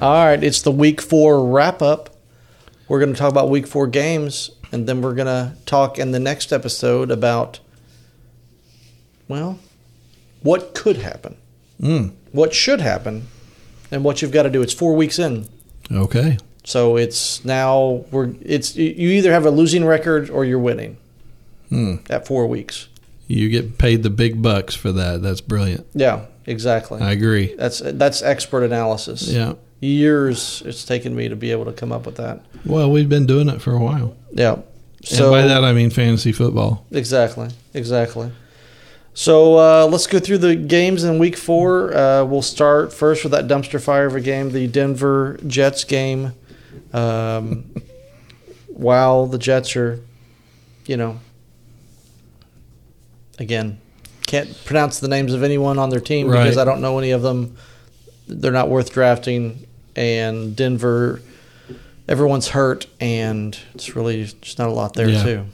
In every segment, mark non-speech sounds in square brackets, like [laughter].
All right, it's the week four wrap up. We're going to talk about week four games, and then we're going to talk in the next episode about, well, what could happen, Hmm. what should happen, and what you've got to do. It's four weeks in. Okay. So it's now we're it's you either have a losing record or you're winning Hmm. at four weeks. You get paid the big bucks for that. That's brilliant. Yeah, exactly. I agree. that's that's expert analysis. Yeah. Years it's taken me to be able to come up with that. Well, we've been doing it for a while. Yeah. So, and by that, I mean fantasy football. Exactly. Exactly. So uh, let's go through the games in week four. Uh, we'll start first with that dumpster fire of a game, the Denver Jets game. Um, [laughs] while the Jets are, you know, again, can't pronounce the names of anyone on their team because Right. I don't know any of them. They're not worth drafting. And Denver, everyone's hurt, and it's really just not a lot there, Yeah. too.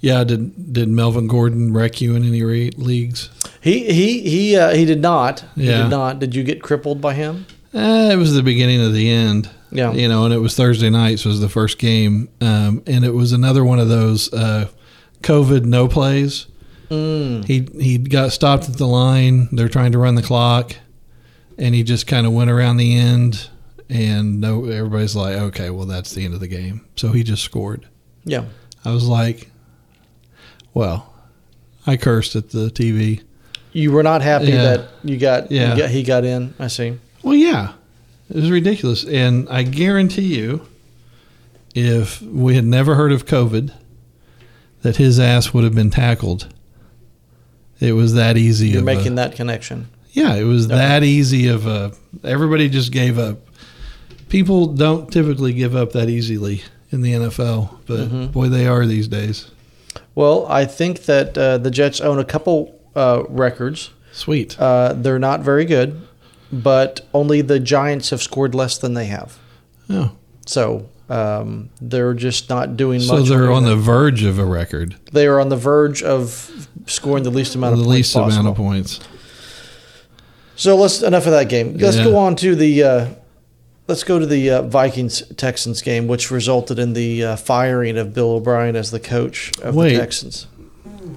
Yeah. Did did Melvin Gordon wreck you in any re- leagues? He he he uh, he did not. He Yeah. did not. Did you get crippled by him? Uh, it was the beginning of the end. Yeah. You know, and it was Thursday nights was the first game. Um, and it was another one of those uh, COVID no plays. He he got stopped at the line. They're trying to run the clock, and he just kind of went around the end. And no, everybody's like, okay, well that's the end of the game. So he just scored. Yeah. I was like, well, I cursed at the TV. You were not happy Yeah. that you got, you Yeah. got- he got in. I see. Well, yeah, it was ridiculous, and I guarantee you, if we had never heard of COVID, that his ass would have been tackled. It was that easy. You're of making a, that connection. yeah, it was that easy of a. Everybody just gave up. People don't typically give up that easily in the NFL, but Mm-hmm. boy, they are these days. Well, I think that uh, the Jets own a couple uh, records. Sweet. Uh, they're not very good, but only the Giants have scored less than they have. Oh. So um, they're just not doing So much. they're on either. the verge of a record, they are on the verge of scoring the least the amount of points least amount possible. of points. So let's enough of that game. Let's Yeah. go on to the uh, let's go to the uh, Vikings Texans game, which resulted in the uh, firing of Bill O'Brien as the coach of Wait. the Texans.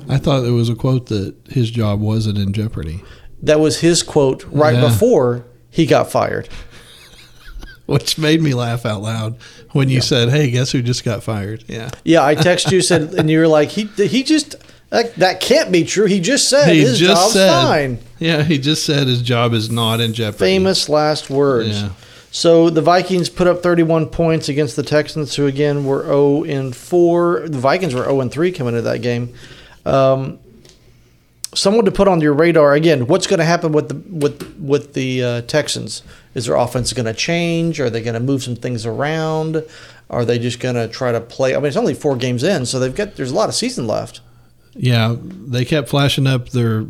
I thought it was a quote that his job wasn't in jeopardy, That was his quote right Yeah. before he got fired. [laughs] which made me laugh out loud when you said, "Hey, guess who just got fired?" Yeah, Yeah, I text you said, and you were like, he he just that, that can't be true. He just said he his job's fine. Yeah, he just said his job is not in jeopardy. Famous last words. Yeah. So the Vikings put up 31 points against the Texans, who again were 0 and 4. The Vikings were 0 and 3 coming into that game. Um, someone to put on your radar again. What's going to happen with the with with the uh, Texans? Is their offense going to change? Are they going to move some things around? Are they just going to try to play? I mean, it's only four games in, so they've got there's a lot of season left. Yeah, they kept flashing up their.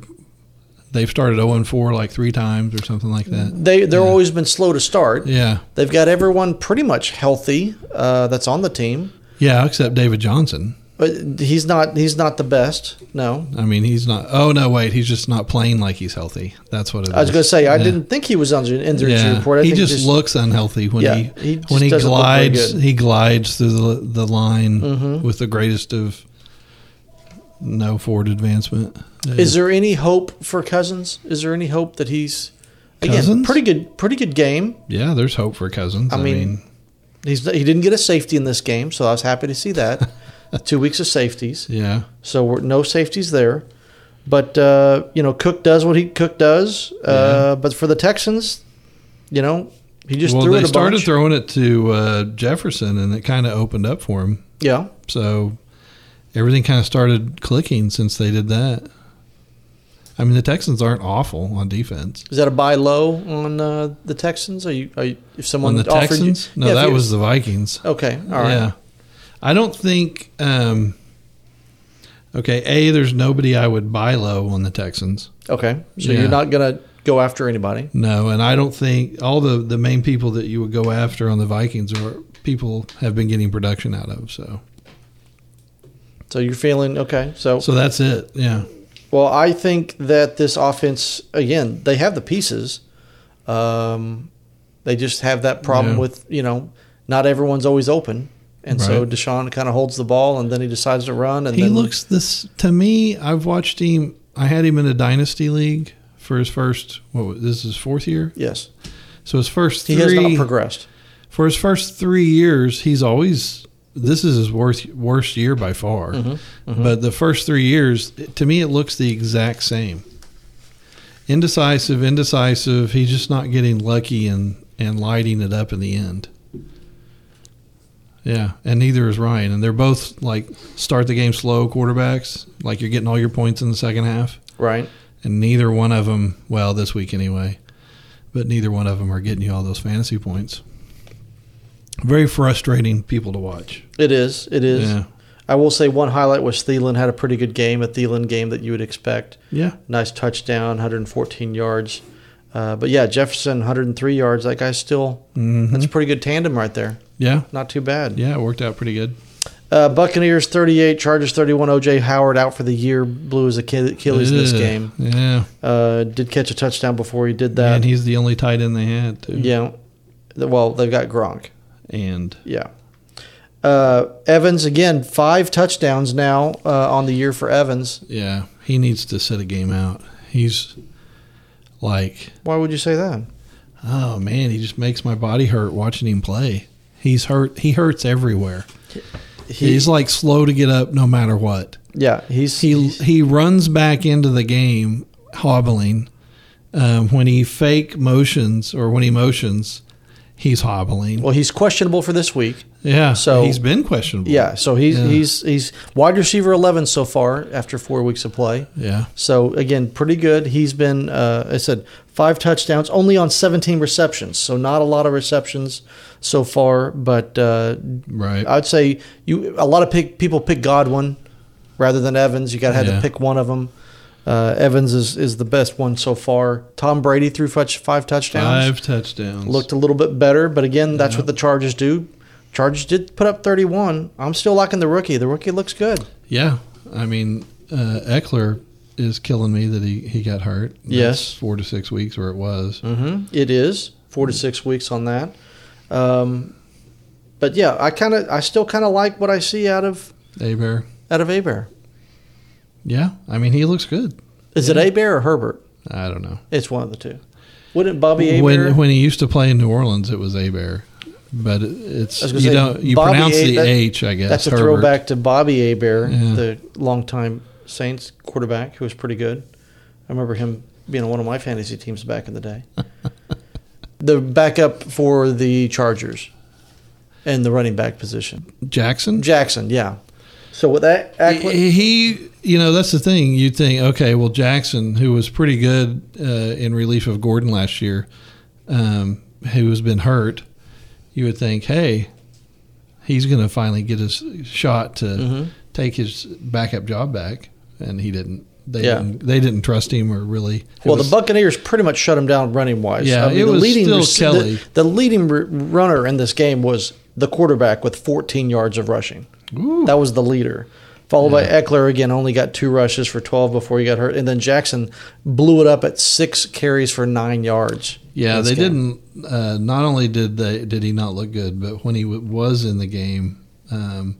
They've started zero and four like three times or something like that. They they're always been slow to start. Yeah, They've got everyone pretty much healthy uh, that's on the team. yeah, except David Johnson. But he's not he's not the best. No. I mean, he's not. Oh no, wait, he's just not playing like he's healthy. That's what it is. I was going to say I Yeah. didn't think he was on the injury Yeah, report. I he think just, looks unhealthy when Yeah, he, he just when he doesn't look very glides. good. Mm-hmm. He glides through the the line with the greatest of no forward advancement. Is there any hope for Cousins? Is there any hope that he's again Cousins? pretty good pretty good game? yeah, there's hope for Cousins. I I, mean- mean, He's he didn't get a safety in this game, so I was happy to see [laughs] that. Two weeks of safeties, yeah, so we're, no safeties there. But uh, you know, Cook does what he Cook does. Uh, But for the Texans, you know, he just well, threw they it a started bunch. throwing it to uh, Jefferson, and it kind of opened up for him. yeah, So everything kind of started clicking since they did that. I mean, the Texans aren't awful on defense. is that a buy low on uh, the Texans? Are you, are you if someone On the offered Texans? you, No, Yeah, if that you- was the Vikings. Okay. All right. Yeah. I don't think. Um, okay, a there's nobody I would buy low on the Texans. Okay. So Yeah. you're not gonna go after anybody. No, and I don't think all the the main people that you would go after on the Vikings are people have been getting production out of. So So you're feeling okay. So, so that's it. Yeah. well, I think that this offense again, they have the pieces. Um, They just have that problem Yeah. with you know not everyone's always open, and so Right. Deshaun kind of holds the ball and then he decides to run and He then looks this to me. I've watched him. I had him in a dynasty league for his first. What was this? is His fourth year. yes So his first he three has not progressed. for his first three years, he's always this is his worst worst year by far. But the first three years, it- to me, it looks the exact same. Indecisive, indecisive. He's just not getting lucky and and lighting it up in the end. Yeah, and neither is Ryan, and they're both like start the game slow quarterbacks. Like you're getting all your points in the second half, Right. and neither one of them, well, this week anyway, but neither one of them are getting you all those fantasy points. Very frustrating people to watch. It is. It is. Yeah. I will say one highlight was Thielen had a pretty good game, a Thielen game that you would expect. Yeah. Nice touchdown, 114 yards. Uh, but yeah, Jefferson 103 yards. That guy's still Mhm. that's a pretty good tandem right there. Yeah. Not too bad. Yeah. It worked out pretty good. Uh, Buccaneers 38, Chargers 31. OJ Howard out for the year. Blew his Achil- Achilles in this Yeah. game. Yeah. Uh, did catch a touchdown before he did that. and he's the only tight end they had, too. yeah. Th- Well, they've got Gronk. And Yeah. Uh, Evans again, five touchdowns now uh, on the year for Evans. yeah, he needs to set a game out. He's like, Why would you say that? oh, man, he just makes my body hurt watching him play. He's hurt. He hurts everywhere. He- he's like slow to get up no matter what. Yeah, he's he he runs back into the game hobbling. Um, when he fake motions or when he motions, he's hobbling. well, he's questionable for this week. yeah, so- he's been questionable. Yeah, so he's Yeah. he's he's wide receiver eleven so far after four weeks of play. yeah, So again, pretty good. He's been, uh, I said, five touchdowns, only on seventeen receptions. So not a lot of receptions so far, but uh, right. I'd say you a lot of pick, people pick Godwin rather than Evans. You got to have Yeah. to pick one of them. Uh, Evans is, is the best one so far. Tom Brady threw fudge- five touchdowns. Five touchdowns. Looked a little bit better, but again, that's Yeah. what the Chargers do. Chargers did put up 31. I'm still liking the rookie. The rookie looks good. yeah. I mean, uh, Eckler is killing me that he he got hurt. That's Yes. four to six weeks where it was. Mm-hmm. It is four to six weeks on that. Um, but yeah, I kind of, I still kind of like what I see out of Abear. out of Abear. Yeah, I mean he looks good. Is it Abear or Herbert? I don't know. It's one of the two. Wouldn't Bobby Abear? When when he used to play in New Orleans, it was Abear, but it- it's I was you gonna say, don't you Bobby pronounce A- the that- H, I guess. That's a Herbert. throwback to Bobby Abear, Yeah. the longtime Saints quarterback who was pretty good. I remember him being on one of my fantasy teams back in the [laughs] day. the backup for the Chargers and the running back position. Jackson. Jackson, yeah. So with that, Ackland, he, he- you know, that's the thing. You think, okay, well, Jackson, who was pretty good uh, in relief of Gordon last year, um, who has been hurt, you would think, hey, he's going to finally get his shot to Mhm. take his backup job back, and he didn't. They Yeah. didn't, they didn't trust him or really. it well, was- the Buccaneers pretty much shut him down running wise. Yeah, it was still Kelly. The, the leading r- runner in this game was the quarterback with 14 yards of rushing. Ooh. That was the leader. Followed by Eckler again, only got two rushes for 12 before he got hurt. And then Jackson blew it up at six carries for nine yards. Yeah, in this they game. didn't. Uh, not only did they did he not look good, but when he w- was in the game, um,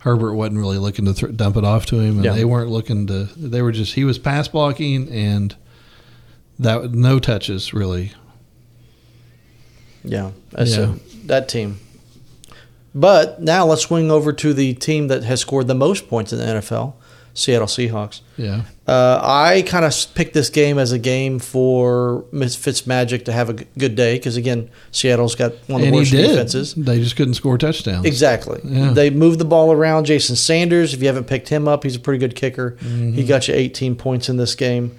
Herbert wasn't really looking to th- dump it off to him, and Yeah. they weren't looking to. They were just he was pass blocking and that no touches really. Yeah, that's Yeah. it. that team. But now let's swing over to the team that has scored the most points in the NFL, Seattle Seahawks. Yeah, Uh, I kind of picked this game as a game for Miss Fitzmagic to have a g- good day because again, Seattle's got one of the and he worst did. defenses. They just couldn't score touchdowns. Exactly. Yeah. They moved the ball around. Jason Sanders, if you haven't picked him up, he's a pretty good kicker. He Mm-hmm. got you 18 points in this game.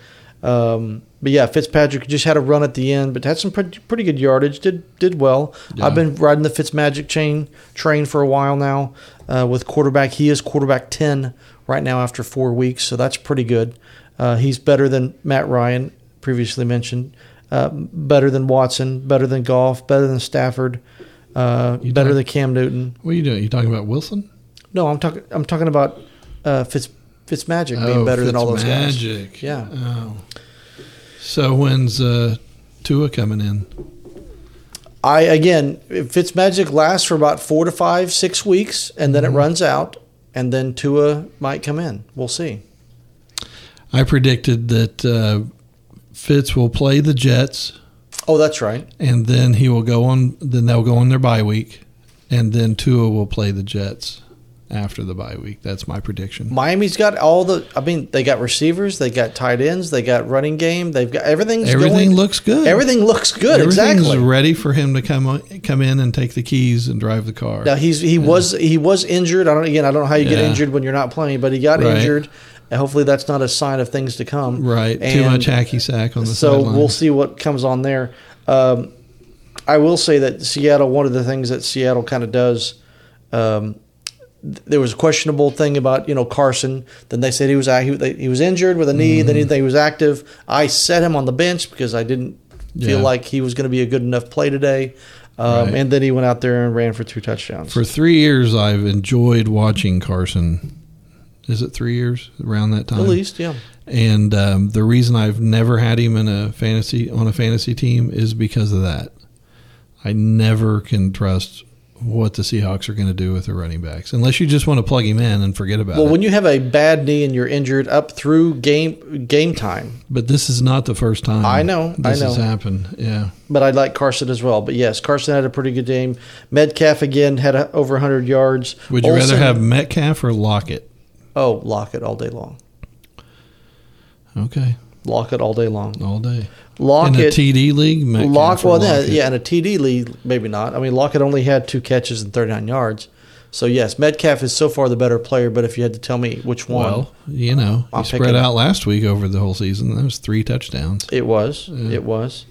Um, but yeah, Fitzpatrick just had a run at the end, but had some pretty, pretty good yardage. Did did well. Yeah. I've been riding the Fitzmagic chain train for a while now uh, with quarterback. He is quarterback 10 right now after four weeks, so that's pretty good. Uh, he's better than Matt Ryan, previously mentioned. Uh, better than Watson, better than Goff, better than Stafford, uh, You better talk- than Cam Newton. What are you doing? You talking about Wilson? No, I'm talking. I'm talking about uh, Fitz Fitzmagic Oh, being better than all those guys. Magic. Yeah. Oh. So when's uh, Tua coming in? I again, if Fitzmagic lasts for about four to five, six weeks, and then Mm-hmm. it runs out, and then Tua might come in. We'll see. I predicted that uh, Fitz will play the Jets, Oh, that's right. and then he will go on. Then they'll go on their bye week, and then Tua will play the Jets after the bye week. That's my prediction. Miami's got all the. I mean, they got receivers, they got tight ends, they got running game, they've got everything's Everything going- looks good. Everything looks good. Everything's Exactly. ready for him to come on, come in and take the keys and drive the car. Now he's he was he was injured. I don't again. I don't know how you get Yeah. injured when you're not playing, but he got Right. injured. And hopefully, that's not a sign of things to come. Right. Too And much hacky sack on the So sideline. we'll see what comes on there. Um, I will say that Seattle. One of the things that Seattle kind of does. Um, th- there was a questionable thing about you know Carson. Then they said he was act- he, they, he was injured with a knee. Then he- Mm-hmm. they, he was active. I set him on the bench because I didn't feel Yeah. like he was going to be a good enough play today. Um, Right. And then he went out there and ran for two touchdowns. For three years, I've enjoyed watching Carson. Is it three years around that time? At least, yeah. And um, the reason I've never had him in a fantasy on a fantasy team is because of that. I never can trust what the Seahawks are going to do with their running backs, unless you just want to plug him in and forget about Well, it. when you have a bad knee and you're injured up through game game time, but this is not the first time. I know, I this know. has happened. Yeah, but I like Carson as well. But yes, Carson had a pretty good game. Medcalf again had a, over 100 yards. would you rather Olsen- have Metcalf or Lockett? Oh, lock it all day long. Okay, Lock it all day long. all day Lock in a it. TD league. Metcalf Lock or well, yeah, Lockett? yeah, and a TD lead, maybe not. I mean, Lockett only had two catches and 39 yards. So yes, Metcalf is so far the better player. But if you had to tell me which one, Well, you know, I'm he spread picking- out last week over the whole season. That was three touchdowns. It was. Mm-hmm. It was.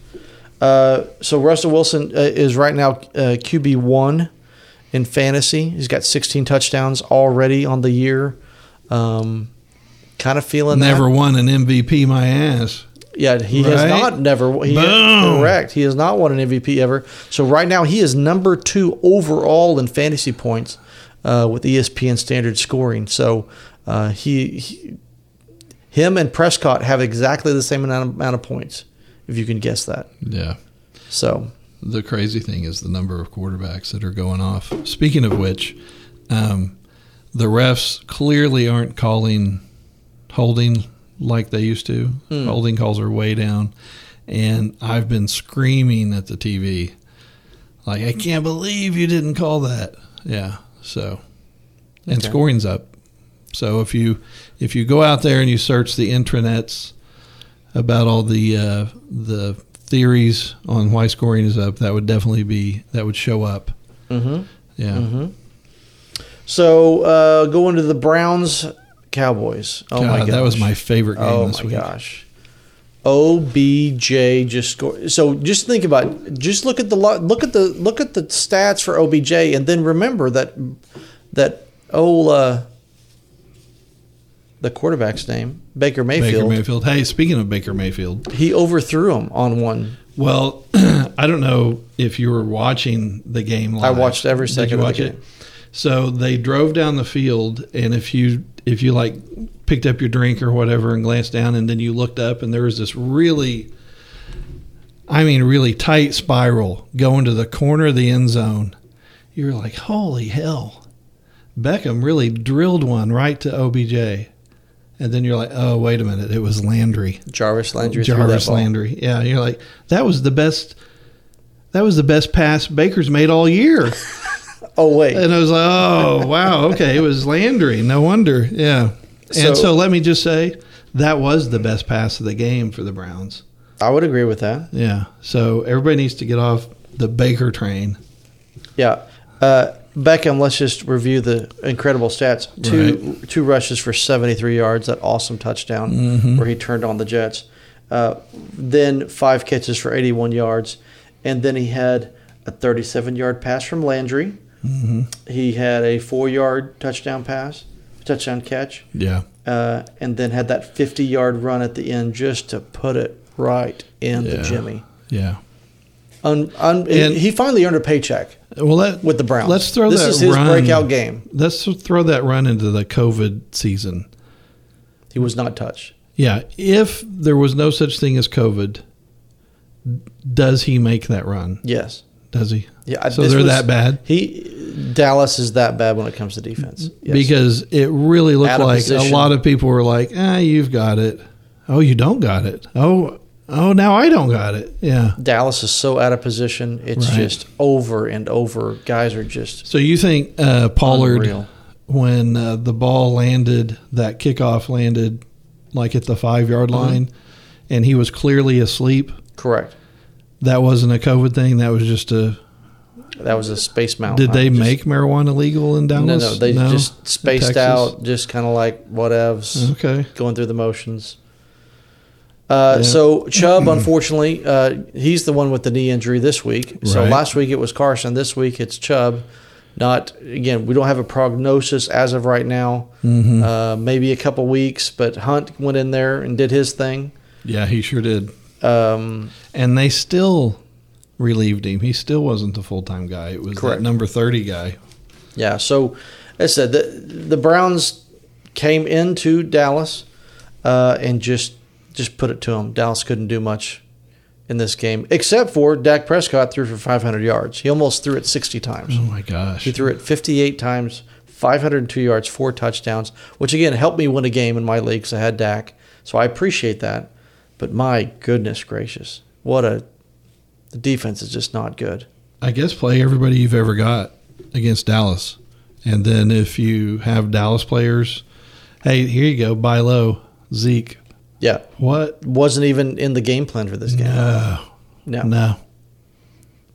Uh, so Russell Wilson uh, is right now uh, QB one in fantasy. He's got 16 touchdowns already on the year. Um, kind of feeling that. Never won an MVP, my ass. Yeah, he has Right? not never. He Boom. correct. He has not won an MVP ever. So right now he is number two overall in fantasy points uh, with ESPN standard scoring. So uh, he, he, him and Prescott have exactly the same amount of, amount of points, if you can guess that. Yeah. So The crazy thing is the number of quarterbacks that are going off. Speaking of which, um, the refs clearly aren't calling holding like they used to. Holding calls are way down. And I've been screaming at the TV, like, I can't believe you didn't call that. Yeah. So, and Okay. scoring's up. So if you if you go out there and you search the intranets about all the uh, the theories on why scoring is up, that would definitely be that would show up. Mm-hmm. Yeah. so uh, going to the Browns Cowboys. Oh my God, gosh, that was my favorite game oh this my week. gosh. OBJ just scored. So just think about, just look at the lo- look at the look at the stats for OBJ, and then remember that that old uh, the quarterback's name Baker Mayfield. Baker Mayfield. Hey, speaking of Baker Mayfield, He overthrew him on one. well, [clears throat] I don't know if you were watching the game. Live. I watched every second Did you of the watch game. it? So they drove down the field, and if you if you like picked up your drink or whatever and glanced down, and then you looked up, and there was this really, I mean, really tight spiral going to the corner of the end zone. You were like, "Holy hell!" Beckham really drilled one right to OBJ, and then you're like, "Oh, wait a minute, it was Landry." Jarvis Landry. threw Jarvis that ball. Landry. Yeah, you're like that was the best. That was the best pass Baker's made [laughs] all year, Oh wait, and I was like, "Oh wow, okay, it was Landry. No wonder." Yeah, So- and so let me just say that was the best pass of the game for the Browns. I would agree with that. Yeah, so everybody needs to get off the Baker train. Yeah. Uh, Beckham, let's just review the incredible stats. Two two rushes for 73 yards, that awesome touchdown Mm-hmm. where he turned on the Jets. Uh, then five catches for 81 yards. And then he had a 37 yard pass from Landry. Mm-hmm. He had a four yard touchdown pass, touchdown catch, Yeah, uh, and then had that 50 yard run at the end just to put it right in the Yeah. Jimmy. yeah. Un, un, And- he finally earned a paycheck Well, let, with the Browns. Let's throw this that is his run- breakout game. Let's throw that run into the COVID season. He was not touched. Yeah, if there was no such thing as COVID, does he make that run? Yes, does he? Yeah, I- so this they're was- that bad He Dallas is that bad when it comes to defense. Yes. Mm-hmm. because it really looked Out of like position. a lot of people were like, "Ah, you've got it. Oh, you don't got it. Oh, oh, now I don't got it." Yeah. Dallas is so out of position, it's Right. just over and over. Guys are just So you think uh, Pollard, Unreal. when uh, the ball landed, that kickoff landed like at the five yard Mm-hmm. line, and he was clearly asleep. correct. That wasn't a COVID thing. That was just a. That was a space mountain. Did they Oh, just, make marijuana legal in No, Dallas? no, they just spaced Texas? Mm-hmm. out, just kind of like whatevs, Okay. going through the motions. Uh, Yeah. So Chubb, unfortunately, uh, he's the one with the knee injury this week. So Right. last week it was Carson. This week it's Chubb. Not again. We don't have a prognosis as of right now. hmm Uh, maybe a couple weeks, but Hunt went in there and did his thing. yeah, he sure did. Um, And they still relieved him. He still wasn't the full time guy. It was Correct. that number thirty guy. Yeah. So, as I said, the the Browns came into Dallas uh, and just just put it to them. Dallas couldn't do much in this game, except for Dak Prescott threw for 500 yards. He almost threw it 60 times. Oh my gosh. He threw it 58 times, 502 yards, four touchdowns, which again helped me win a game in my league because I had Dak. So I appreciate that. But my goodness gracious, what a the defense is just not good. I guess play everybody you've ever got against Dallas. And then if you have Dallas players, hey, here you go, buy low, Zeke. Yeah, What? wasn't even in the game plan for this game. No. No. No.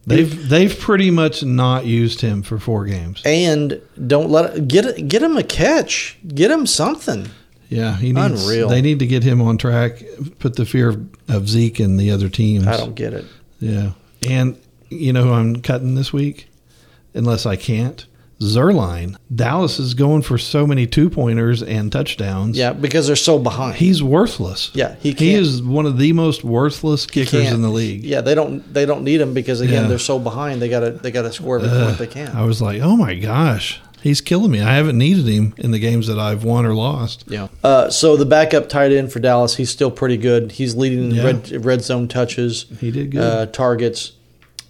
They've they've pretty much not used him for four games. and don't let it, get get him a catch, get him something. Yeah, he needs. Unreal. They need to get him on track. Put the fear of, of Zeke and the other teams. I don't get it. Yeah, and you know who I'm cutting this week, unless I can't. Zerline. Dallas is going for so many two pointers and touchdowns. Yeah, because they're so behind. He's worthless. Yeah, he he can't- is one of the most worthless kickers Can't- in the league. Yeah, they don't they don't need him because again Yeah. they're so behind. They gotta they gotta score every Ugh. point they can. I was like, oh my gosh, he's killing me. I haven't needed him in the games that I've won or lost. yeah. Uh, so the backup tight end for Dallas, he's still pretty good. He's leading in Yeah. red red zone touches, He did good. uh, targets.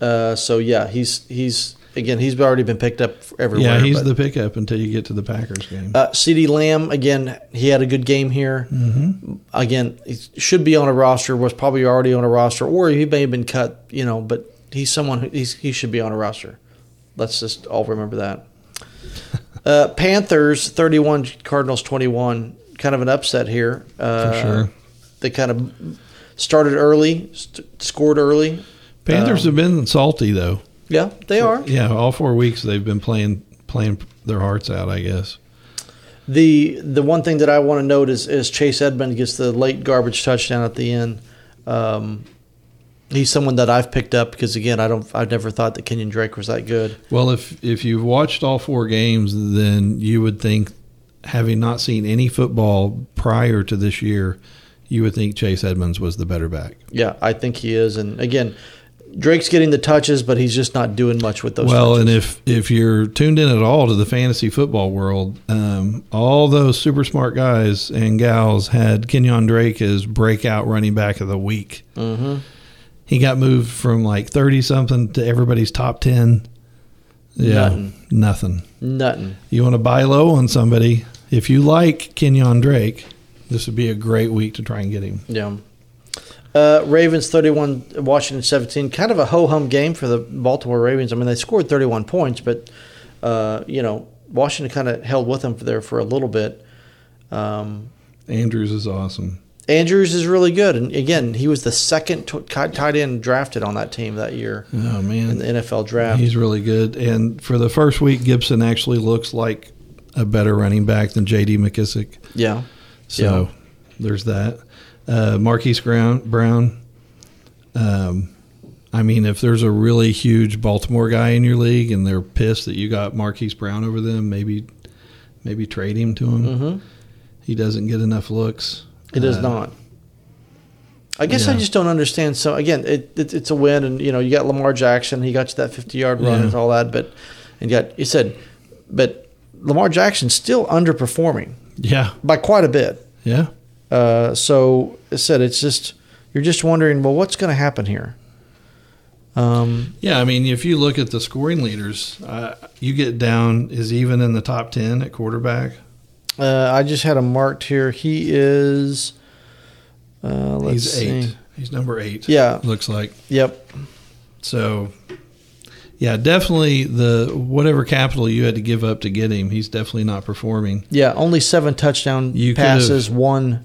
Uh, so yeah, he's he's again he's already been picked up everywhere. yeah, he's but- the pickup until you get to the Packers game. Uh, CD Lamb again, he had a good game here. Mm-hmm. Again, he should be on a roster. Was probably already on a roster, or he may have been cut. You know, but he's someone who he's, he should be on a roster. Let's just all remember that. uh, Panthers thirty-one, Cardinals twenty-one. Kind of an upset here. Uh, sure. They kind of started early, st- scored early. Panthers have been salty though. Yeah, they are. Yeah, all four weeks they've been playing playing their hearts out. I guess. The the one thing that I want to note is, is Chase Edmond gets the late garbage touchdown at the end. Um, he's someone that I've picked up because again I don't I've never thought that Kenyon Drake was that good. Well, if if you've watched all four games, then you would think, having not seen any football prior to this year, you would think Chase Edmonds was the better back. Yeah, I think he is. And again, Drake's getting the touches, but he's just not doing much with those. well, touches. and if if you're tuned in at all to the fantasy football world, um, all those super smart guys and gals had Kenyon Drake as breakout running back of the week. Mhm. He got moved from like thirty something to everybody's top ten. Yeah, Nothing. nothing. nothing. You want to buy low on somebody. If you like Kenyon Drake, this would be a great week to try and get him. Yeah. Uh, Ravens 31, Washington 17. Kind of a ho hum game for the Baltimore Ravens. I mean, they scored 31 points, but, uh, you know, Washington kind of held with them for there for a little bit. Um, Andrews is awesome. Andrews is really good. And again, he was the second t- tight end drafted on that team that year Oh in man, the NFL draft. he's really good. And for the first week, Gibson actually looks like a better running back than J.D. McKissick. yeah. So there's that. Uh, Marquise Brown. Brown. Um, I mean, if there's a really huge Baltimore guy in your league and they're pissed that you got Marquise Brown over them, maybe maybe trade him to him. hmm He doesn't get enough looks. It is Uh, not. I guess I yeah. just don't understand. So again, it, it it's a win, and you know you got Lamar Jackson. He got you that fifty yard run Yeah. and all that, but and yet he said, but Lamar Jackson's still underperforming Yeah, by quite a bit. yeah. Uh, so it said it's just you're just wondering, well, what's going to happen here? Um, Yeah, I mean, if you look at the scoring leaders, uh, you get down is even in the top ten at quarterback. uh, I just had him marked here. He is. Uh, let's He's see. eight. He's number eight. Yeah. looks like Yep. so. Yeah, definitely the whatever capital you had to give up to get him, he's definitely not performing. Yeah. Only seven touchdown You could've- passes. One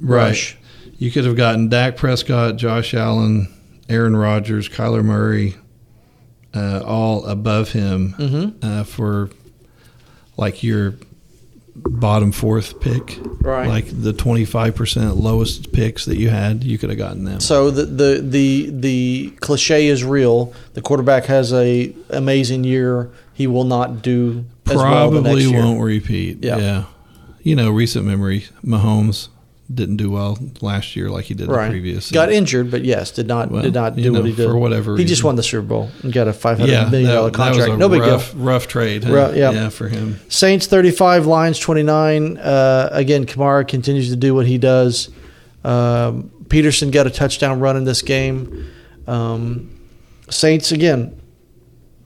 rush. You could have gotten Dak Prescott, Josh Allen, Aaron Rodgers, Kyler Murray, uh, all above him Mm-hmm. uh, for like your bottom fourth pick, Right. like the twenty five percent lowest picks that you had. You could have gotten them. So the, the the the cliche is real. The quarterback has a amazing year. He will not do as well the next Probably year. won't repeat. Yeah. you know, recent memory, Mahomes didn't do well last year like he did Right. the previous. Got injured, but yes, did not Well, did not you do what know, he did for whatever He just reason. won the Super Bowl and got a five hundred yeah, million that- dollar that was contract. a No big deal. rough, rough trade. huh? Rough- yeah. yeah, for him. Saints 35, Lions 29. Uh, again, Kamara continues to do what he does. Um, Peterson got a touchdown run in this game. Um, Saints again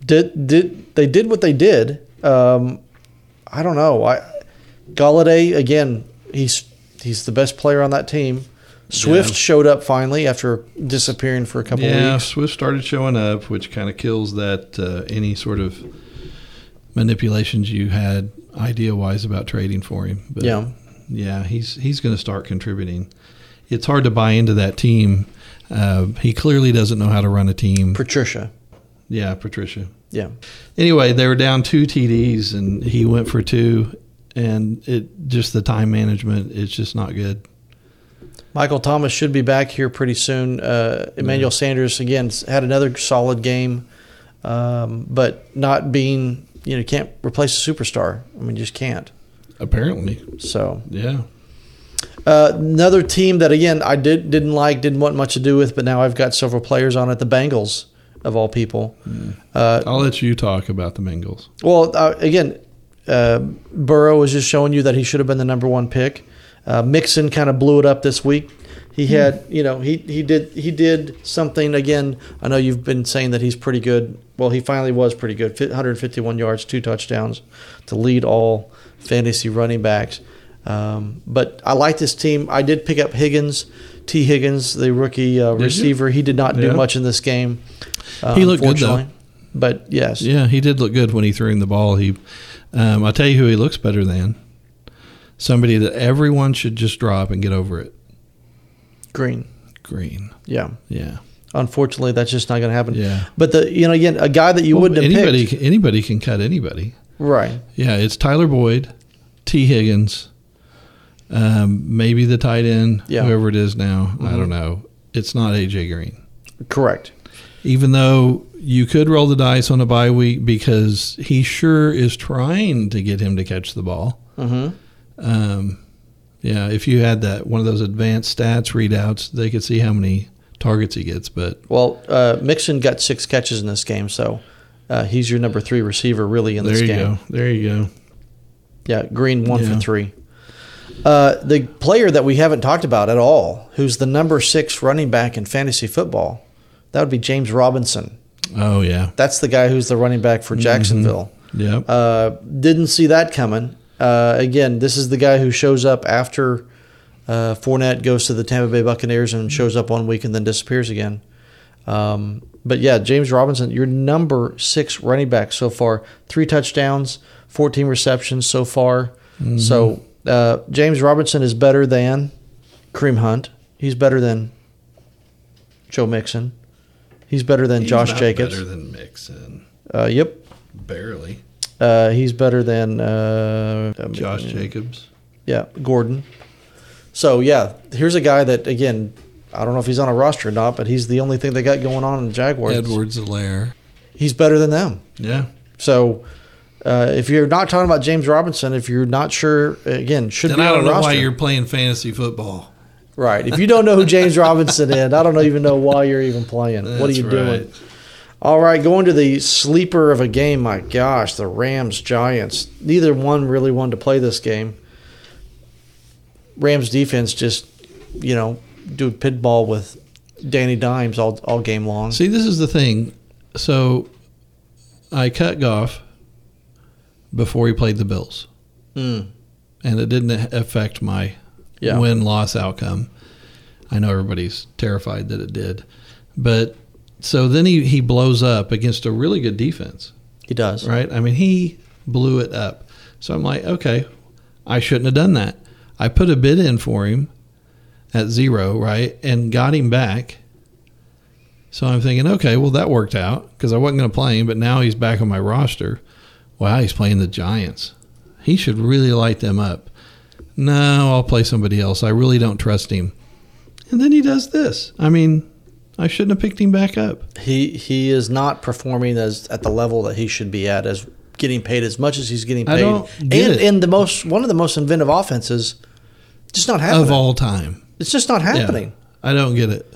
did did they did what they did. Um, I don't know. I Galladay again. He's he's the best player on that team. Swift Yeah. showed up finally after disappearing for a couple yeah, weeks. Swift started showing up, which kind of kills that uh, any sort of manipulations you had idea wise about trading for him. But Yeah. yeah, he's he's going to start contributing. It's hard to buy into that team. Uh, he clearly doesn't know how to run a team. Patricia. yeah, Patricia. Yeah. Anyway, they were down two TDs, and he went for two. And it just the time management, it's just not good. Michael Thomas should be back here pretty soon. Uh, Emmanuel Sanders again s- had another solid game, um, but not being you know can't replace a superstar. I mean, just can't. Apparently, So yeah. uh, another team that again I did didn't like, didn't want much to do with, but now I've got several players on it. The Bengals of all people. Uh, I'll let you talk about the Bengals. well, uh, again, uh, Burrow was just showing you that he should have been the number one pick. Uh, Mixon kind of blew it up this week. Hmm. He had, you know, he, he did he did something again. I know you've been saying that he's pretty good. Well, he finally was pretty good. Fi- 151 yards, two touchdowns, to lead all fantasy running backs. Um, but I like this team. I did pick up Higgins, T. Higgins, the rookie uh, you? receiver. He did not do Yeah. much in this game. Uh, He looked good, though. unfortunately. But yes, Yeah, he did look good when he threw him the ball. He, um, I tell you who he looks better than somebody that everyone should just drop and get over it. Green. Green. Yeah. Yeah, Unfortunately, that's just not going to happen. yeah. But the you know again a guy that you wouldn't have anybody. picked, Anybody can cut anybody. right? Yeah, it's Tyler Boyd, T. Higgins, um, maybe the tight end, Yeah. whoever it is now. I Mhm. don't know. It's not AJ Green. Correct. even though you could roll the dice on a bye week because he sure is trying to get him to catch the ball. Mm-hmm. Um, yeah, if you had that one of those advanced stats readouts, they could see how many targets he gets. But Well, uh, Mixon got six catches in this game, so uh, he's your number three receiver really in there this you game. go, there you go. Yeah, Green one Yeah. for three. Uh, the player that we haven't talked about at all, who's the number six running back in fantasy football, that would be James Robinson. Oh yeah, That's the guy who's the running back Mm-hmm. for Jacksonville. yeah. Uh, didn't see that coming. Uh, again, this is the guy who shows up after uh, Fournette goes to the Tampa Bay Buccaneers and shows up one week and then disappears again. Um, but yeah, James Robinson, your number six running back so far, three touchdowns, 14 receptions so far. Mm-hmm. So uh, James Robinson is better than Cream Hunt. He's better than Joe Mixon. He's better than Josh Jacobs. better than Mixon, uh, yep. barely. Uh, he's better than uh, I mean, Josh Jacobs. Yeah, Gordon. So yeah, here's a guy that again, I don't know if he's on a roster or not, but he's the only thing they got going on in the Jaguars. Edwards Alaire. He's better than them. Yeah, So uh, if you're not talking about James Robinson, if you're not sure, again, should and be I on don't a know roster. why you're playing fantasy football. right. If you don't know who James Robinson is, I don't even know why you're even [laughs] playing. what are That's you right. doing? All right, going to the sleeper of a game. My gosh, the Rams Giants. Neither one really wanted to play this game. Rams defense just, you know, do pit ball with Danny Dimes all all game long. See, this is the thing. So I cut Goff before he played the Bills, Hmm. Mm. and it didn't affect my Yeah. win loss outcome. I know everybody's terrified that it did, but so then he he blows up against a really good defense, He does. right? I mean, he blew it up. So I'm like, okay, I shouldn't have done that. I put a bid in for him at zero, right, and got him back. So I'm thinking, okay, well that worked out because I wasn't going to play him, but now he's back on my roster. Wow, he's playing the Giants. He should really light them up. No, I'll play somebody else. I really don't trust him. And then he does this. I mean, I shouldn't have picked him back up. He he is not performing as at the level that he should be at as getting paid as much as he's getting I paid. don't get and it. in the most one of the most inventive offenses just not happening. Of all time. it's just not Yeah. happening. I don't get it.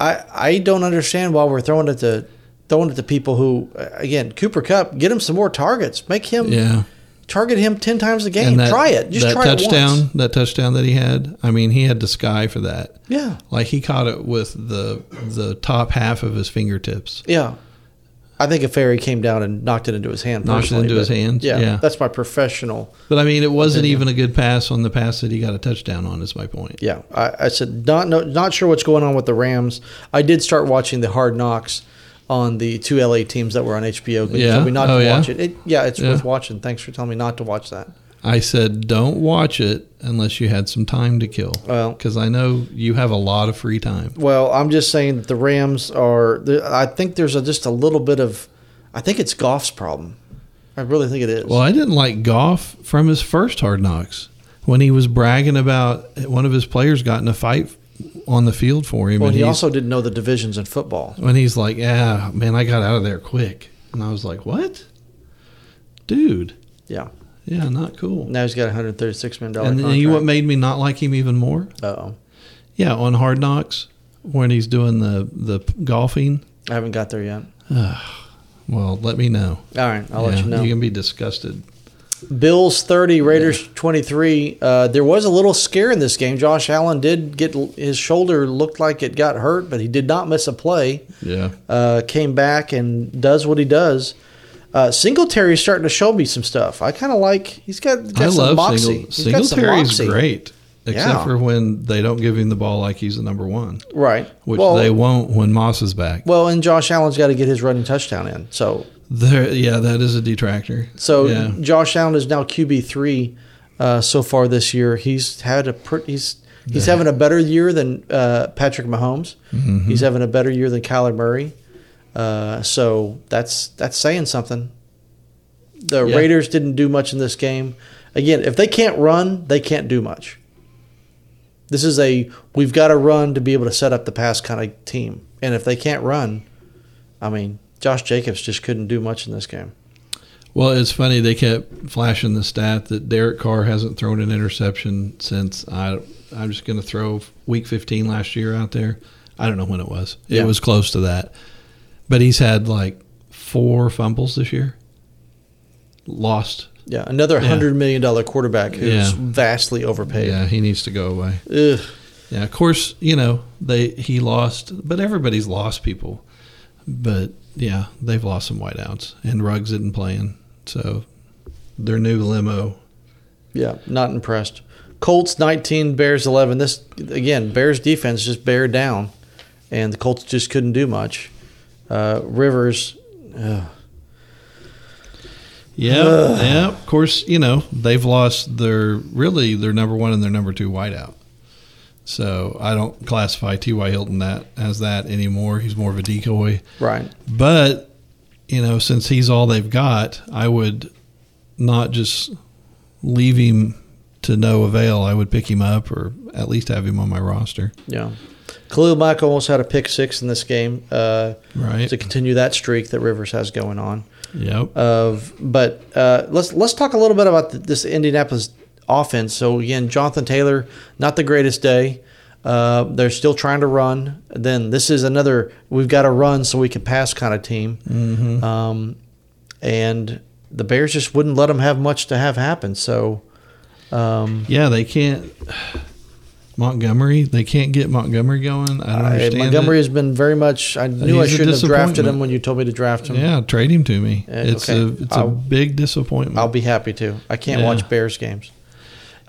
I I don't understand why we're throwing it to throwing it to people who uh, again Cooper Cup get him some more targets make him Yeah. target him ten times a game that- try it just that try touchdown, it once that touchdown that he had. I mean, he had the sky for that. yeah Like he caught it with the the top half of his fingertips. yeah I think a fairy came down and knocked it into his hand Knocked it personally, into his but hand, yeah, yeah. that's my professional But I mean, it wasn't even a good pass on the pass that he got a touchdown on. Is my point. yeah I, I said not no, not sure what's going on with the Rams I did start watching the Hard Knocks on the two LA teams that were on HBO but you Yeah? told me not Oh, to yeah? watch it. it yeah it's Yeah. worth watching thanks for telling me not to watch that I said, don't watch it unless you had some time to kill. Well- because I know you have a lot of free time. Well, I'm just saying that the Rams are. the- I think there's a, just a little bit of. I think it's Goff's problem. I really think it is. Well, I didn't like Goff from his first Hard Knocks when he was bragging about one of his players got in a fight on the field for him. Well, and he he's- also didn't know the divisions in football. when he's like, "Yeah, man, I got out of there quick," and I was like, "What, dude? Yeah. Yeah, not cool." Now he's got 136 million dollars. And then you know what made me not like him even more? Oh, Yeah, on Hard Knocks when he's doing the the golfing. I haven't got there yet. Well, let me know. All right, I'll Yeah, let you know. You can be disgusted. Bills 30, Raiders 23. Uh, there was a little scare in this game. Josh Allen did get his shoulder looked like it got hurt, but he did not miss a play. Yeah, uh, came back and does what he does. Uh, Singletary's starting to show me some stuff. I kind of like. He's got, he's got I some love moxie. single. He's got some Singletary's moxie. great, except Yeah. for when they don't give him the ball like he's the number one, right? which well, they won't when Moss is back. well, and Josh Allen's got to get his running touchdown in. So, There, yeah, that is a detractor. so yeah. Josh Allen is now QB three uh, so far this year. He's had a pretty. He's he's having a better year than uh, Patrick Mahomes. Mm-hmm. He's having a better year than Kyler Murray. Uh, so that's that's saying something. The Yeah. Raiders didn't do much in this game. Again, if they can't run, they can't do much. This is a we've got to run to be able to set up the pass kind of team. And if they can't run, I mean, Josh Jacobs just couldn't do much in this game. Well, it's funny they kept flashing the stat that Derek Carr hasn't thrown an interception since I. I'm just going to throw Week 15 last year out there. I don't know when it was. It Yeah. was close to that, but he's had like four fumbles this year. Lost. Yeah, another Yeah. hundred million dollar quarterback who's Yeah. vastly overpaid. Yeah, he needs to go away. Ugh. Yeah, of course, you know they he lost, but everybody's lost people. But yeah, they've lost some whiteouts, and Ruggs isn't playing, so their new limo. Yeah, not impressed. Colts 19, Bears 11. This, again, Bears defense just bare down, and the Colts just couldn't do much. Uh, Rivers, ugh. Yeah, yeah. Of course, you know they've lost their really their number one and their number two whiteout. So I don't classify T. Y. Hilton that as that anymore. He's more of a decoy. right. But you know, since he's all they've got, I would not just leave him to no avail. I would pick him up or at least have him on my roster. Yeah. Khalil Mack almost had a pick six in this game uh, Right. to continue that streak that Rivers has going on. Yep. of but uh, let's let's talk a little bit about th this Indianapolis offense. So again, Jonathan Taylor, not the greatest day. Uh, they're still trying to run. Then this is another we've got to run so we can pass kind of team. Mm-hmm. Um, and the Bears just wouldn't let them have much to have happen. So Yeah, they can't. [sighs] Montgomery. They can't get Montgomery going. I don't I, understand. Montgomery it. has been very much. I knew I He's a shouldn't have drafted him disappointment. when you told me to draft him. Yeah, trade him to me. Yeah, it's okay. a it's a I'll- big disappointment. I'll be happy to. I can't Yeah. watch Bears games.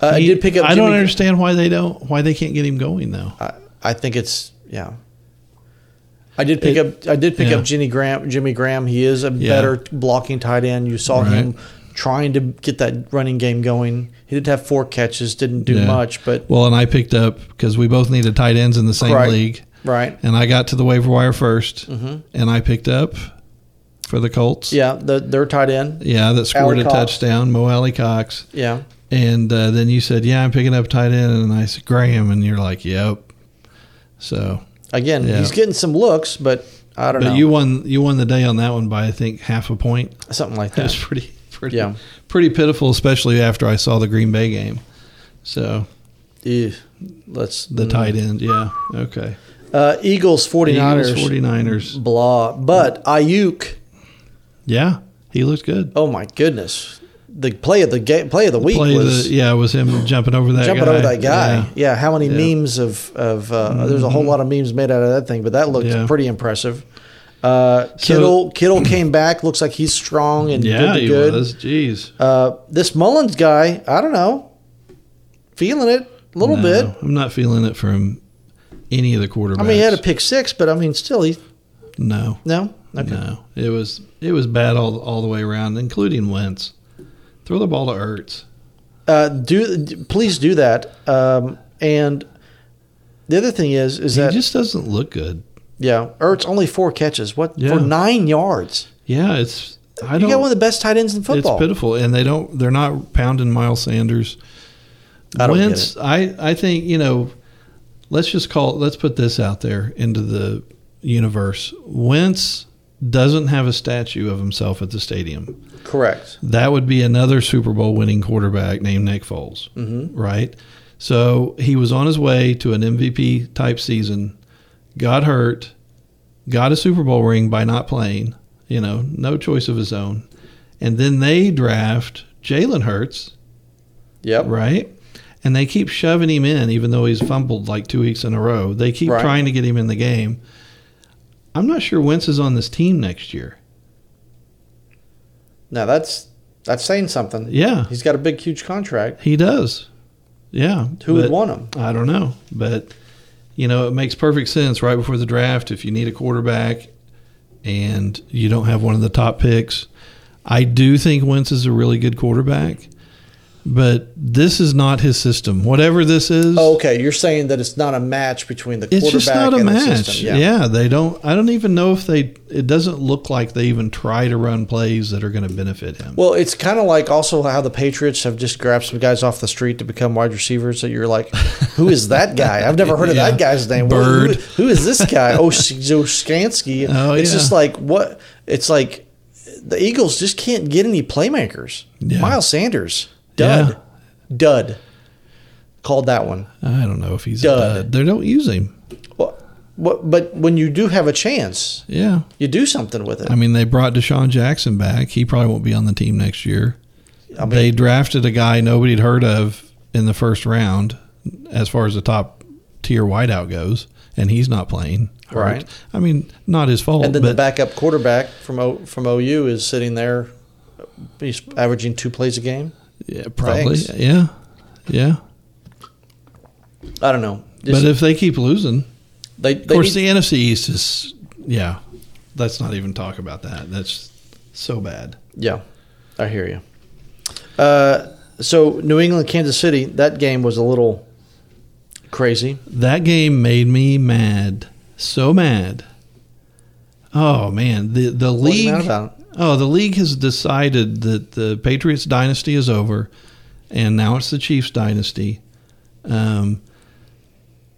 Uh, He- I did pick up. I don't Jimmy- understand why they don't why they can't get him going though. I, I think it's yeah. I did pick up. I did pick yeah. up Jimmy Graham. Jimmy Graham. He is a Yeah. better blocking tight end. You saw him trying to get that running game going. He did have four catches. Didn't do Yeah. much, but Well, and I picked up because we both needed tight ends in the same Right. league, right. and I got to the waiver wire 1st Mhm. and I picked up for the Colts. Yeah, the, their tight end. Yeah, that scored Alley a Cox. touchdown, Mo Alley Cox, Yeah, and uh, then you said, "Yeah, I'm picking up tight end," and I said, "Graham," and you're like, "Yep." So, again, Yeah. he's getting some looks, but I don't but know. you won you won the day on that one by I think half a point. something like It was that. pretty pretty Yeah. pretty pitiful, especially after I saw the Green Bay game. So Ew. Let's the mm. tight end, yeah, okay. Uh, Eagles 49ers. Eagles, 49ers. Blah. But Ayuk, Yeah, he looked good. oh my goodness. The play of the game, play of the week play was the, yeah it was him jumping over that jumping guy. over that guy. Yeah, how many Yeah. Mm-hmm. memes of of uh, there's a whole lot of memes made out of that thing, but that looked Yeah. pretty impressive. Uh, Kittle Kittle came back. Looks like he's strong and yeah, good yeah to he good. was jeez Uh, this Mullins guy, I don't know, feeling it a little No, bit. i'm not feeling it from any of the quarterbacks I mean, he had a pick six, but I mean, still, he no no. Okay. no it was it was bad all, all the way around including wentz throw the ball to Ertz. Uh, do d- please do that. Um, and the other thing is, is he that just doesn't look good yeah, Ertz only four catches. What Yeah. for nine yards? yeah it's i You don't got one of the best tight ends in football. it's pitiful and they don't they're not pounding miles sanders I don't get Wentz, I, I think, you know, let's just call let's put this out there into the universe. Wentz doesn't have a statue of himself at the stadium. Correct. That would be another Super Bowl winning quarterback named Nick Foles, mm-hmm. right? So he was on his way to an MVP type season, got hurt, got a Super Bowl ring by not playing, you know, no choice of his own. And then they draft Jalen Hurts, Yep. right? And they keep shoving him in, even though he's fumbled like two weeks in a row. They keep Right. trying to get him in the game. I'm not sure Wentz is on this team next year. Now that's that's saying something. Yeah, He's got a big, huge contract. he does. Yeah. Who would but want him? I don't know. But, you know, it makes perfect sense right before the draft if you need a quarterback and you don't have one of the top picks. I do think Wentz is a really good quarterback, but this is not his system. Whatever this is. Oh, okay, you're saying that it's not a match between the it's quarterback just not a and the match. system. yeah. they don't. I don't even know if they. It doesn't look like they even try to run plays that are going to benefit him. Well, it's kind of like also how the Patriots have just grabbed some guys off the street to become wide receivers. That you're like, who is [laughs] that guy? I've never heard of Yeah. that guy's name. Well, who- Bird. who is this [laughs] guy? Oh, S- Joe Skansky. Oh, it's yeah. just like what? It's like the Eagles just can't get any playmakers. Yeah. Miles Sanders, dud, dud, called that one. I don't know if he's Dud. a dud. They don't use him. Well, what, but when you do have a chance, Yeah, you do something with it. I mean they brought Deshaun Jackson back. He probably won't be on the team next year. I mean- they drafted a guy nobody'd heard of in the first round, as far as the top tier wideout goes, and he's not playing. Right. I mean, not his fault. And then but the backup quarterback from o, from OU is sitting there. He's averaging two plays a game. yeah, probably. Thanks. Yeah. Yeah. I don't know. Just- But if they keep losing, they, Of they course, need- the NFC East is yeah. Let's not even talk about that. That's so bad. yeah, I hear you. Uh, so New England, Kansas City, that game was a little crazy. That game made me mad, so mad. Oh man, the the What was league. that about? Oh, the league has decided that the Patriots dynasty is over, and now it's the Chiefs dynasty. Um,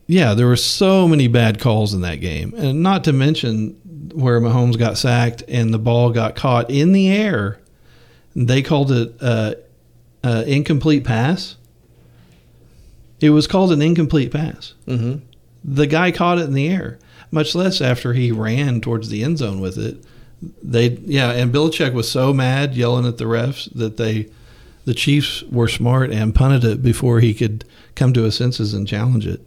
yeah, there were so many bad calls in that game, and not to mention where Mahomes got sacked and the ball got caught in the air. They called it uh, uh, incomplete pass. It was called an incomplete pass. Mm-hmm. The guy caught it in the air, much less after he ran towards the end zone with it. They yeah, and Belichick was so mad, yelling at the refs that they the Chiefs were smart and punted it before he could come to his senses and challenge it.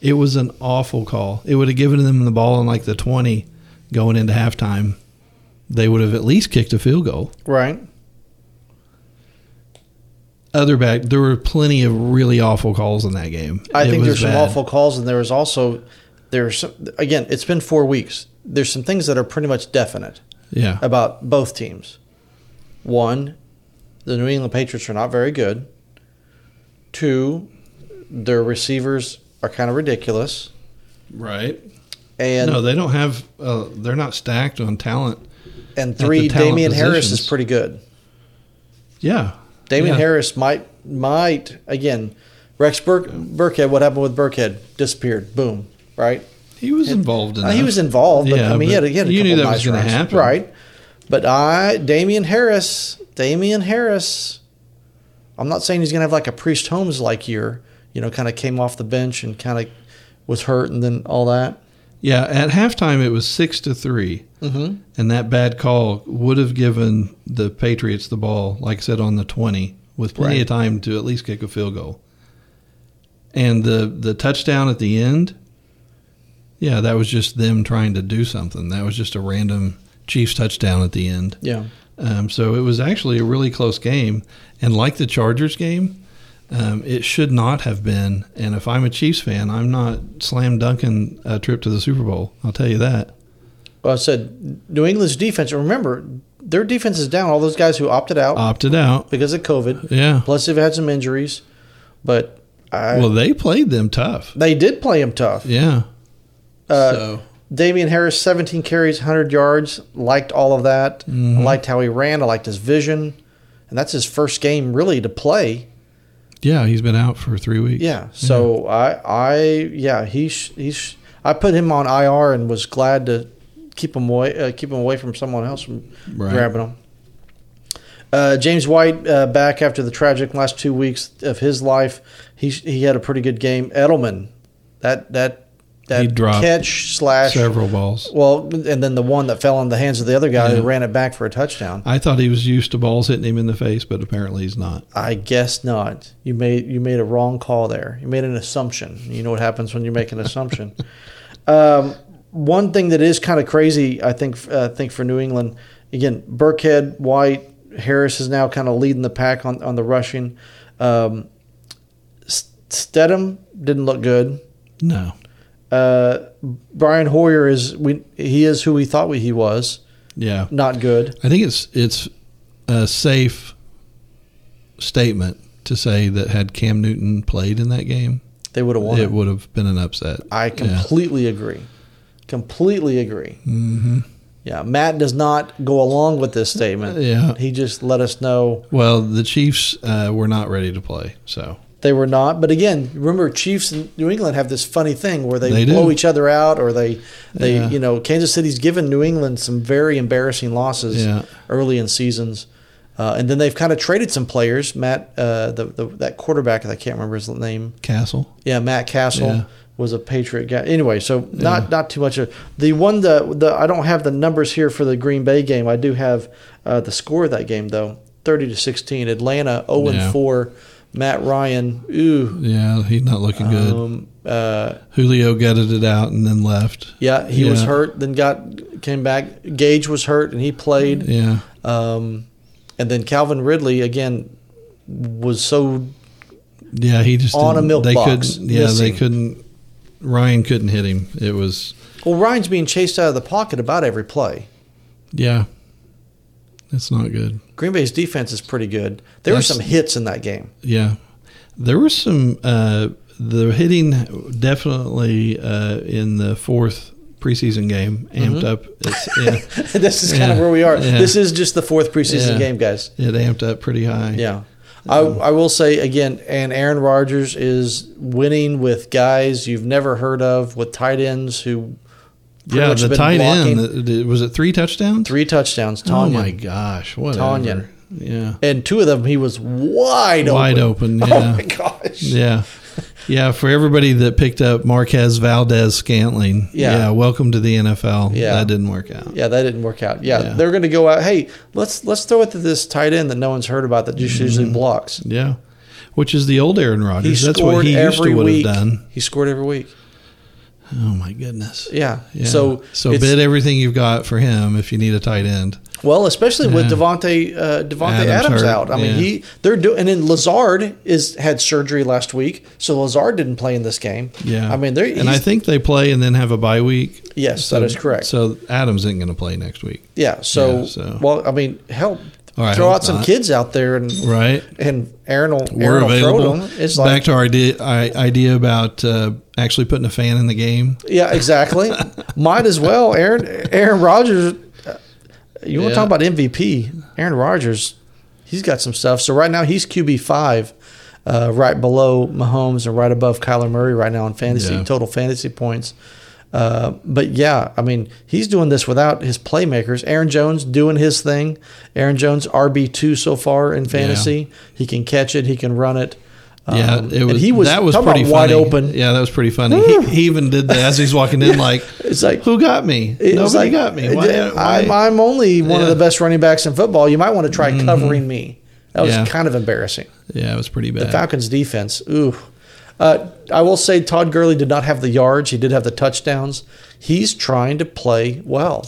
It was an awful call. It would have given them the ball in like the 20 going into halftime. They would have at least kicked a field goal. Right. Other back, there were plenty of really awful calls in that game. I It think was there's some bad. awful calls, and there was also there's some, again, it's been four weeks. There's some things that are pretty much definite Yeah. about both teams. One, the New England Patriots are not very good. Two, their receivers are kind of ridiculous, Right. and no, they don't have. Uh, they're not stacked on talent. and three, the talent Damian Harris positions. is pretty good. Yeah. Damian Yeah. Harris might might again. Rex Burk, Burkhead, what happened with Burkhead? Disappeared. Boom. Right. He was involved in. Uh, that. he was involved, but Yeah, I mean, he but had, a- he had a you couple knew that nice was gonna runs. happen. right? But I, Damian Harris, Damian Harris. I'm not saying he's going to have like a Priest Holmes like year. You know, kind of came off the bench and kind of was hurt and then all that. Yeah. At halftime, it was six to 3 Mhm. and that bad call would have given the Patriots the ball. Like I said, on the twenty, with plenty Right. of time to at least kick a field goal. And the the touchdown at the end. Yeah, that was just them trying to do something. That was just a random Chiefs touchdown at the end. Yeah, Um, so it was actually a really close game, and like the Chargers game, um, it should not have been. And if I'm a Chiefs fan, I'm not slam dunking a trip to the Super Bowl. I'll tell you that. well, I said New England's defense. and Remember, their defense is down. All those guys who opted out Opted out. because of COVID. Yeah. Plus, they've had some injuries, but I, Well, they played them tough. they did play him tough. Yeah. Uh, so Damian Harris, 17 carries, 100 yards. Liked all of that. Mm-hmm. I liked how he ran. I liked his vision. And that's his first game, really, to play. yeah, he's been out for three weeks. Yeah. So Mm-hmm. I, I, yeah, he's, he's, I put him on IR and was glad to keep him away, uh, keep him away from someone else from Right. grabbing him. Uh, James White uh, back after the tragic last two weeks of his life. He he had a pretty good game. Edelman, that that He that dropped catch slash Several balls. well, and then the one that fell in the hands of the other guy Yeah. who ran it back for a touchdown. I thought he was used to balls hitting him in the face, but apparently he's not. I guess not. You made you made a wrong call there. You made an assumption. You know what happens when you make an [laughs] assumption. um, one thing that is kind of crazy, I think, uh, I think for New England, again, Burkhead, White, Harris is now kind of leading the pack on on the rushing. Um, S- Stedham didn't look good. No. Uh, Brian Hoyer is we he is who we thought we, he was. Yeah. Not good. I think it's it's a safe statement to say that had Cam Newton played in that game, They would have won. it would have been an upset. I completely agree. Completely agree. Mm-hmm. Yeah, Matt does not go along with this statement. Yeah. He just let us know Well, the Chiefs uh, were not ready to play, so they were not. But again, remember, Chiefs in New England have this funny thing where they, They do. blow each other out, or they, they, Yeah. you know, Kansas City's given New England some very embarrassing losses Yeah. early in seasons. Uh, and then they've kind of traded some players. Matt, uh, the, the that quarterback, I can't remember his name. Castle. Yeah, Matt Castle Yeah. was a Patriot guy. Anyway, so not not too much of the one the the I don't have the numbers here for the Green Bay game. I do have uh, the score of that game though, thirty to sixteen. Atlanta zero Yeah. and four. Matt Ryan, ooh, Yeah, he's not looking good. um, uh, Julio gutted it out and then left. yeah, he was Yeah. hurt, then got came back. Gage was hurt and he played. Yeah, Um, and then Calvin Ridley again was so yeah, he just On a didn't- milk They box, couldn't. Yeah, missing. they couldn't. Ryan couldn't hit him. It was well. Ryan's being chased out of the pocket about every play. yeah. It's not good. Green Bay's defense is pretty good. There That's- were some hits in that game. Yeah, there was some. Uh, the hitting definitely uh, in the fourth preseason game Mm-hmm. amped up. It's, yeah, this is kind of Yeah, where we are. yeah. This is just the fourth [laughs] preseason Yeah. game, guys. it amped up pretty high. Yeah. I, I will say again, and Aaron Rodgers is winning with guys you've never heard of, with tight ends who pretty yeah. much The been tight blocking. end the- the- was it three touchdowns? three touchdowns, Oh Tanya. my gosh! What Tanyan. Yeah. And two of them he was wide, [laughs] Wide open. open. Oh Yeah. my gosh. Yeah. Yeah, for everybody that picked up Marquez Valdez Scantling. Yeah. welcome to the NFL. Yeah. That didn't work out. Yeah, that didn't work out. Yeah, Yeah. they're going to go out. Hey, let's let's throw it to this tight end that no one's heard about that just Mm-hmm. usually blocks. Yeah. Which is the old Aaron He Rodgers. That's scored what he every used to would week. have done. He scored every week. Oh my goodness. Yeah. Yeah. So so it's- bid everything you've got for him if you need a tight end. Well, especially with Yeah. Devonte uh, Devonte Adams Adams, hurt, out. I mean, yeah. he they're doing, and then Lazard is had surgery last week, so Lazard didn't play in this game. Yeah. I mean, they're and I he's- think they play and then have a bye week. Yes, So- that is correct. So Adams isn't going to play next week, yeah. So, Yeah, so- well, I mean, help All right, throw hope out some not. kids out there and right? and Aaron will We're Aaron will throw available. them. It's Back like to our idea, I- idea about uh, actually putting a fan in the game. yeah, [laughs] exactly. Might as well Aaron Aaron Rodgers. uh, You want Yeah. to talk about MVP? Aaron Rodgers, he's got some stuff. So right now he's QB five, uh, right below Mahomes and right above Kyler Murray right now in fantasy Yeah. total fantasy points. Uh, but yeah, I mean he's doing this without his playmakers. Aaron Jones doing his thing. Aaron Jones RB two so far in fantasy. He can catch it. He can run it. Yeah, Um, it and was. he was, that was talk about pretty wide funny. open. Yeah, that was pretty funny. he, he even did that as he's walking [laughs] in, like, It's like "Who got me? It Nobody was like, got me. Why, I'm- I'm, why- only one of Yeah. Mm-hmm. the best running backs in football. You might want to try covering me. That was Yeah. kind of embarrassing. Yeah, it was pretty bad. Falcons defense. Ooh. Uh, I will say Todd Gurley did not have the yards. He did have the touchdowns. He's trying to play well.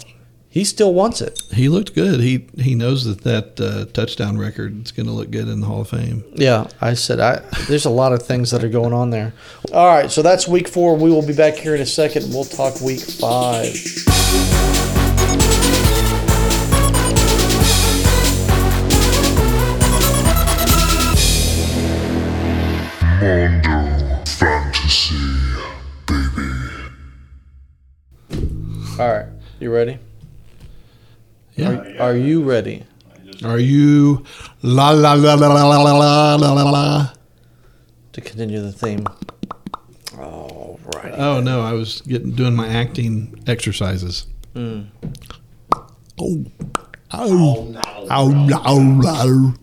He still wants it. he looked good. He he knows that that uh, touchdown record is going to look good in the Hall of Fame. Yeah, I said I. There's a lot of things that are going on there. All right, so that's week four. We will be back here in a second. and We'll talk week five. Mondo Fantasy, baby. All right, you ready? Yeah. Are, are you ready? Are you la la la la la la la la la la? to continue the theme. All right. Oh no, I was getting doing my acting exercises. Oh. Oh, oh, oh, oh,